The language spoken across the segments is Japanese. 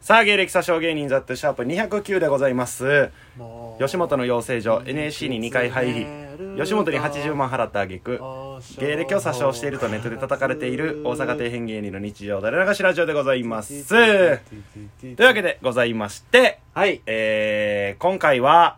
さあ芸歴詐称芸人ザットシャープ209でございますもう吉本の養成所 NSC に2回入り吉本に80万払った挙句芸歴を詐称しているとネットで叩かれている大阪底辺芸人の日常誰流しラジオでございますというわけでございましてはいえー、今回は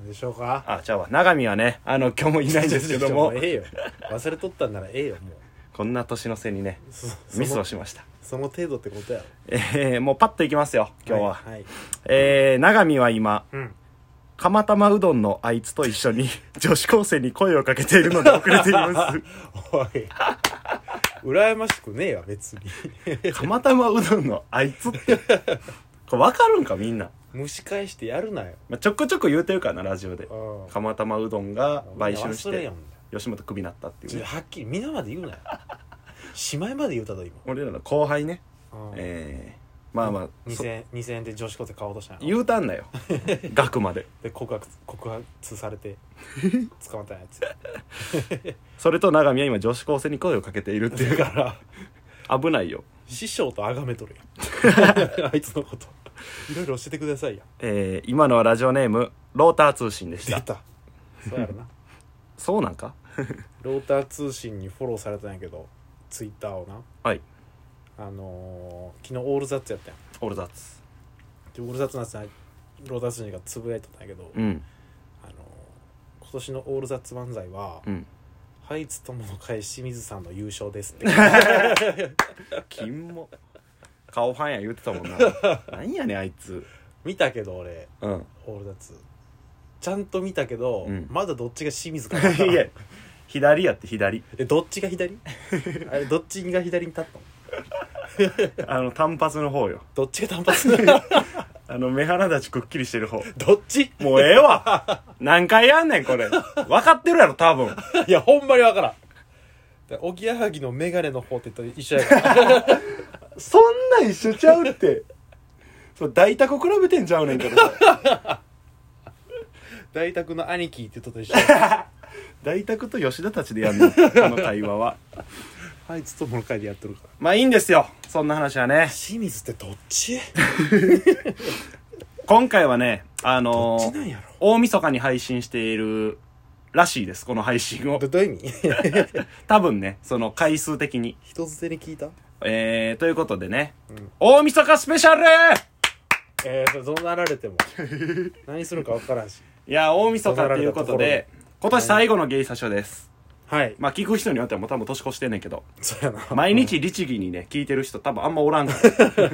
何でしょうかあじゃあ長見はねあの今日もいないですけど もええよ忘れとったんならええよもうこんな年の瀬にねそミスをそしましたのその程度ってことやろえー、もうパッといきますよ今日は、はい、はいえー、長見は今うん釜玉うどんのあいつと一緒に 女子高生に声をかけているので遅れていま おい羨ましくねえわ別にす釜玉うどんのあいつってこれ分かるんかみんな、蒸し返してやるなよまあ、ちょくちょく言うてるからなラジオでうん釜玉うどんが買収し忘れよてん吉本クビになったっていうちょねはっきり皆まで言うなよしまいまで言うたぞ今、俺らの後輩ねうんえー、まあまあそ2000円2000円で女子高生買おうとしたんやろ言うたんだ よ額までで告白告発さ れて捕まったやつそれと長見は今女子高生に声をかけているっていうだから危ないよ師匠と崇めとるや んあいつのこといろいろ教えてくださいやえー、今のはラジオネームローター通信でし出たたそうやろなそうなんかローター通信にフォローされたんやけどツイッターをなはいあのー昨日オールザッツやったやんオールザッツでオールザッツのやつなローター通信がつぶやいとったんやけど、うんあのー今年のオールザッツ漫才は、うんハイツ友の会清水さんの優勝で すって金も顔ファンや言うてたもんな なんやねんあいつ見たけど俺うんオールザッツちゃんと見たけど、うんまだどっちが清水か いや左やって左えどっちが 左あれどっちが左に立ったのあの単発の方よどっちが単発 どあの目鼻立ちくっきりしてる方っちもうええわ何回やんねんこれ分かってるやろ多分いやほんまにわからんでおぎやはぎの眼鏡の方って一緒や からそんな一緒ちゃうってそう大宅比べてんちゃうねんけど大宅の兄貴って言っとった一緒や大宅と吉田たちでやんのこの会話はあいつともの会でやってるからまあいいんですよそんな話はね清水ってどっち今回はねあどのっちーなんやろ大晦日に配信しているらしいですこの配信を どどういう意味 多分ねその回数的に 人捨てに聞いたえー、ということでね、うん大晦日スペシャルえー、それどうなられ ても何するかわからんしいや大晦日っていうことで今年最後の芸者書ですはいまあ聞く人によってはもう多分年越してんねんけどそうやな毎日律儀にね聞いてる人多分あんまおらんから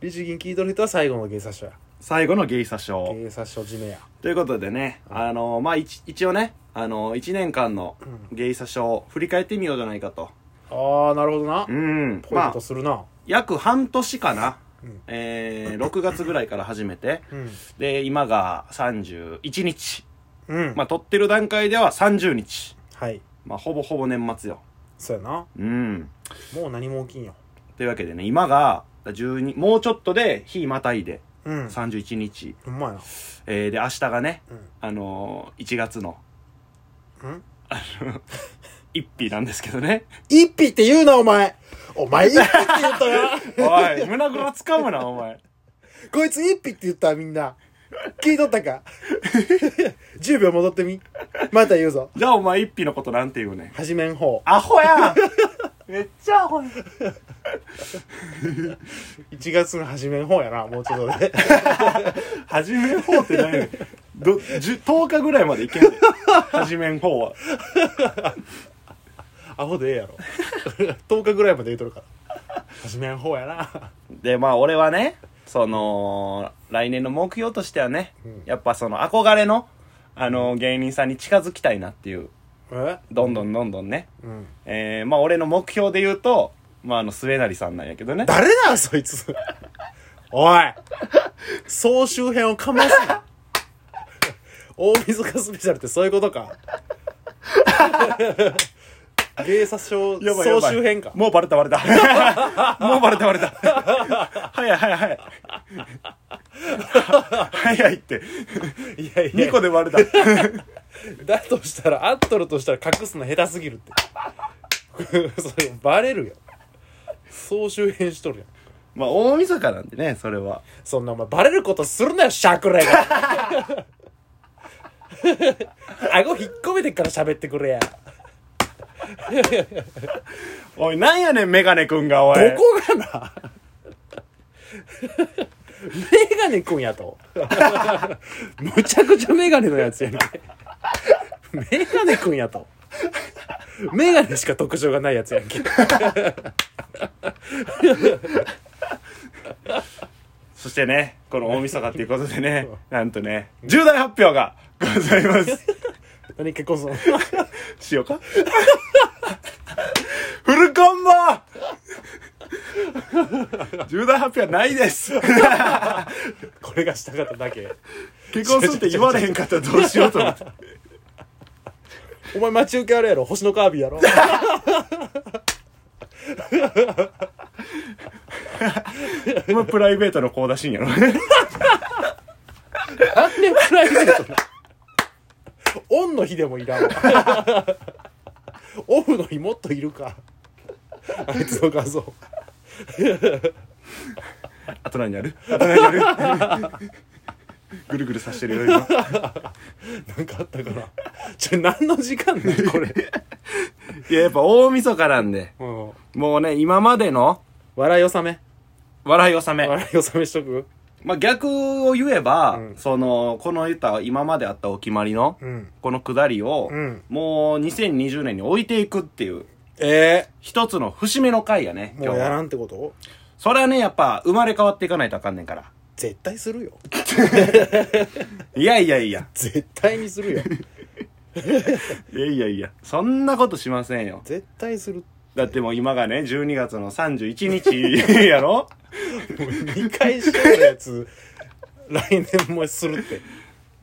律儀に聞いとる人は最後の芸者賞や最後の芸者書 芸者賞締めやということでね、あのまあ一一応ねあの1年間の芸者書を振り返ってみようじゃないかとあーなるほどなうんポイまンあトするな、約半年かな、うんえー、6月ぐらいから始めてうんで今が31日うんまあ撮ってる段階では30日はいまあほぼほぼ年末よそうやなうんもう何も起きんよというわけでね今が12もうちょっとで日またいでうん31日、ほんまやなえー、で明日がねうあのー、1月のんうん 一日なんですけどね一匹って言うなお前お前一匹って言 ったよおい胸ぐらつかむなお前こいつ一匹って言ったみんな聞いとったか 10秒戻ってみまた言うぞじゃあお前一日のことなんて言うねんはじめん方アホやめっちゃアホや1月のはじめん方やなもうちょっ とで始めん方って何やねんどじゅ ?10 日ぐらいまでいけんねん。始めん方は。アホでええやろ10日ぐらいまで言うとるから はじめん方やなで、まあ俺はね、その、来年の目標としてはね、うんやっぱその憧れの、あの芸人さんに近づきたいなっていう、えどんどんどんどんね。うんえー、まあ俺の目標で言うと、まああの末成さんなんやけどね。誰だそいつおい総集編をかますな大晦日スペシャルってそういうことか芸殺賞やばいやば総い集編かもうバレたバレた。 もうバレたバレた。早い早い早い。早いって。いやいや2個でバレた。だとしたら合っとるとしたら隠すの下手すぎるってそれバレるよ総集編しとるやんまあ大晦日なんでねそれはそんなお前バレることするなよシャクレが 顎引っ込めてっから喋ってくれやおいなんやねんメガネくんがおいどこがなメガネくんやとむちゃくちゃメガネのやつやんけメガネくんやとメガネしか特徴がないやつやんけそしてねこの大晦日っていうことで ねなんとね重大発表がございます 何かこそしようか フルコンボ重大発表はない ですこれがしたかっただけ結婚するって言われへんかったらどうしようと思ってお前待ち受けあるやろ星のカービィやろお前プライベートの高田信やろ なんでプライベートなオンの日でもいらんわ オフの日もっといるかあいつの画像あと何やるあと何やるぐるぐるさしてるよ今なんかあったかな ちょ何の時間ねこれ、いややっぱ大晦日なんでうん、 もうね今までの笑い納め笑い納め笑い納めしとくまあ、逆を言えば、うんそのこの言った今まであったお決まりの、うんこのくだりを、うんもう2020年に置いていくっていうえ一つの節目の回やねえ今日もうやらはんってことそれはねやっぱ生まれ変わっていかないとあかんねんから絶対するよいやいやいや絶対にするよいやいやいやそんなことしませんよ絶対するだってもう今がね12月の31日 やろもう2回しようや つ来年もするって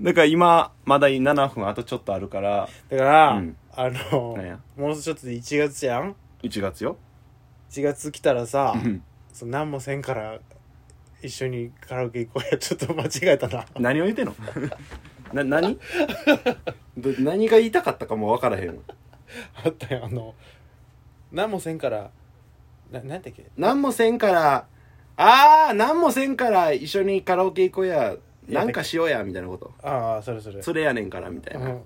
だから今まだ7分あとちょっとあるからだから、うんあのなんやもうちょっとで1月じゃん1月よ1月来たらさんその何もせんから一緒にカラオケ行こうやちょっと間違えたな何を言ってんの な何 ど何が言いたかったかも分からへんわあったよあの何もせんからななんだっけ何もせんからああ何もせんから一緒にカラオケ行こうやなんかしようやみたいなことああそれそれそれやねんからみたいうな、ん、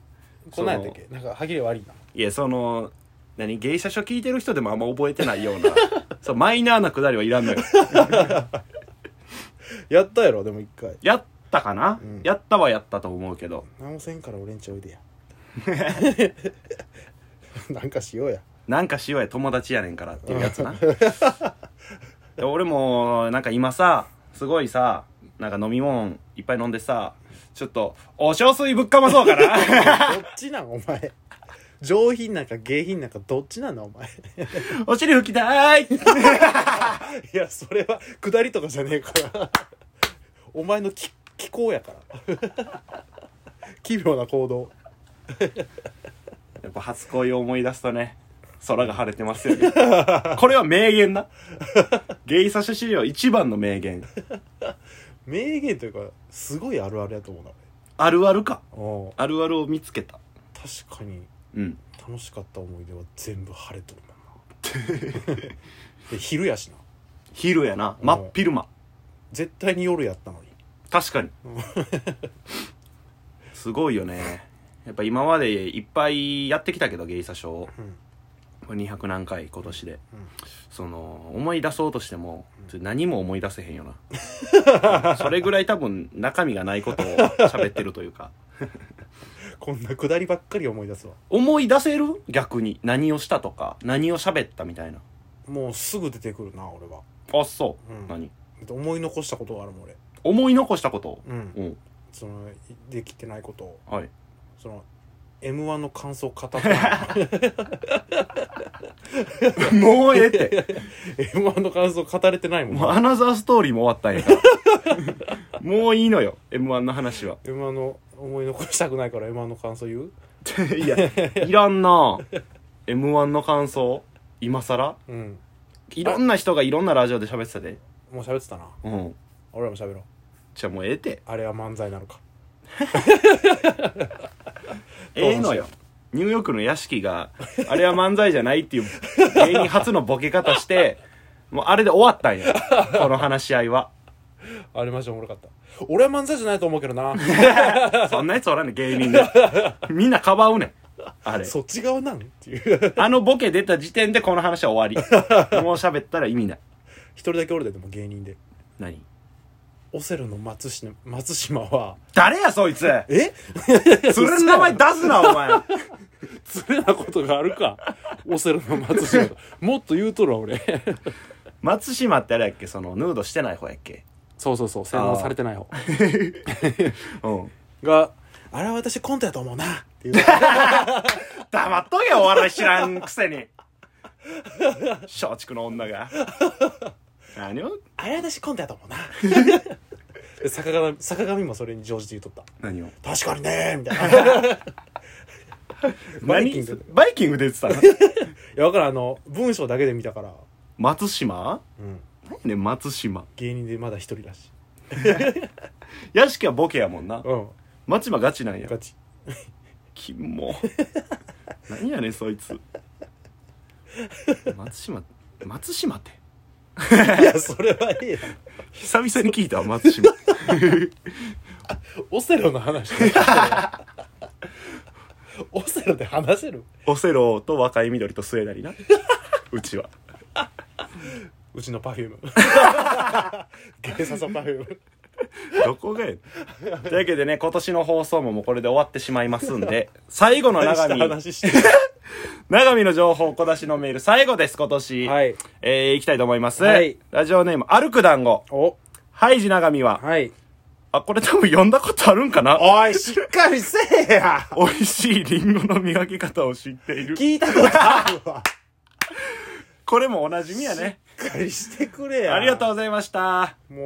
こんなんやったっけなんか歯切れ悪いないやその何芸者書聞いてる人でもあんま覚えてないような そうマイナーなくだりはいらんのよやったやろでも一回やったかな、うんやったはやったと思うけど何もせんから俺んちおい でやなんかしよう やなんかしようや友達やねんからっていうやつ なで俺もなんか今さすごいさなんか飲み物いっぱい飲んでさちょっとお小水ぶっかまそうかな どっちなんお前上品なんか下品なんかどっちなんだお前お尻拭きたーいいやそれは下りとかじゃねえからお前のき気候やから奇妙な行動やっぱ初恋を思い出すとね、空が晴れてますよね。 これは名言 な。ゲイサシ資料一番の名言。名言というかすごいあるあるやと思うなあるあるか。俺あるあるを見つけた。確かにうん。楽しかった思い出は全部晴れとるもんなで昼やしな昼やな。真っ昼間。絶対に夜やったのに確 かに。すごいよね。やっぱ今までいっぱいやってきたけど、ゲイサショーを。うん200何回今年で。うんその、思い出そうとしても、何も思い出せへんよ な。それぐらい多分中身がないことを喋ってるというか。こんな下りばっかり思い出すわ思い出せる逆に何をしたとか何を喋ったみたいなもうすぐ出てくるな俺はあそう、うん何だって思い残したことがあるもん俺思い残したことうんうんそのいできてないことをはい その m 1の感想を語った もうええって m 1の感想語れてないもんもうアナザーストーリーも終わったんやから もういいのよ m 1の話は m 1の思い残したくないから m 1の感想言ういやいらんな m 1の感想今更うんいろんな人がいろんなラジオで喋ってたでもう喋ってたなうん俺らも喋ろうじゃあもうええってあれは漫才なのかええのよニューヨークの屋敷があれは漫才じゃないっていう芸人初のボケ方してもうあれで終わったんやこの話し合いはあれマジおもろかった俺は漫才じゃないと思うけどなそんなやつおらんねん芸人でみんなかばうねんあれそっち側なんっていうあのボケ出た時点でこの話は終わりもう喋ったら意味ない一人だけ俺だよでも芸人で何オセロの松島松島は誰やそいつえそれの名前出すなお前つれなことがあるかオセロの松島もっと言うとるわ俺松島ってあれやっけそのヌードしてない方やっけそうそうそう洗脳されてない方うんがあれは私コントやと思うなっていう黙っとけよお笑い知らんくせに松竹の女が何をあれは私コントやと思うなで坂上坂上もそれに乗じて言うとった何を確かにねーみたいないバイキング何バイキング出てたのや分からんあの文章だけで見たから、松島うん、何やねん松島芸人でまだ一人らしい屋敷はボケやもんなうん松島ガチなんやガチキモ何やねんそいつ松島松島っていやそれはいいや久々に聞いたわ松島オセロの話 オセロで話せるオセロと若い緑と末なりなうちはうちのパフ ューム芸ささパフュームどこがやねんというわけでね今年の放送ももうこれで終わってしまいますんで最後の長大した見話して長見の情報小出しのメール最後です今年、はいえー、いきたいと思います、はいラジオネーム歩く団子おハイジ長見は、はいあこれ多分読んだことあるんかなおいしっかりせえや美味しいリンゴの見分け方を知っている聞いたことある わこれもおなじみやねしっかりしてくれやありがとうございましたもう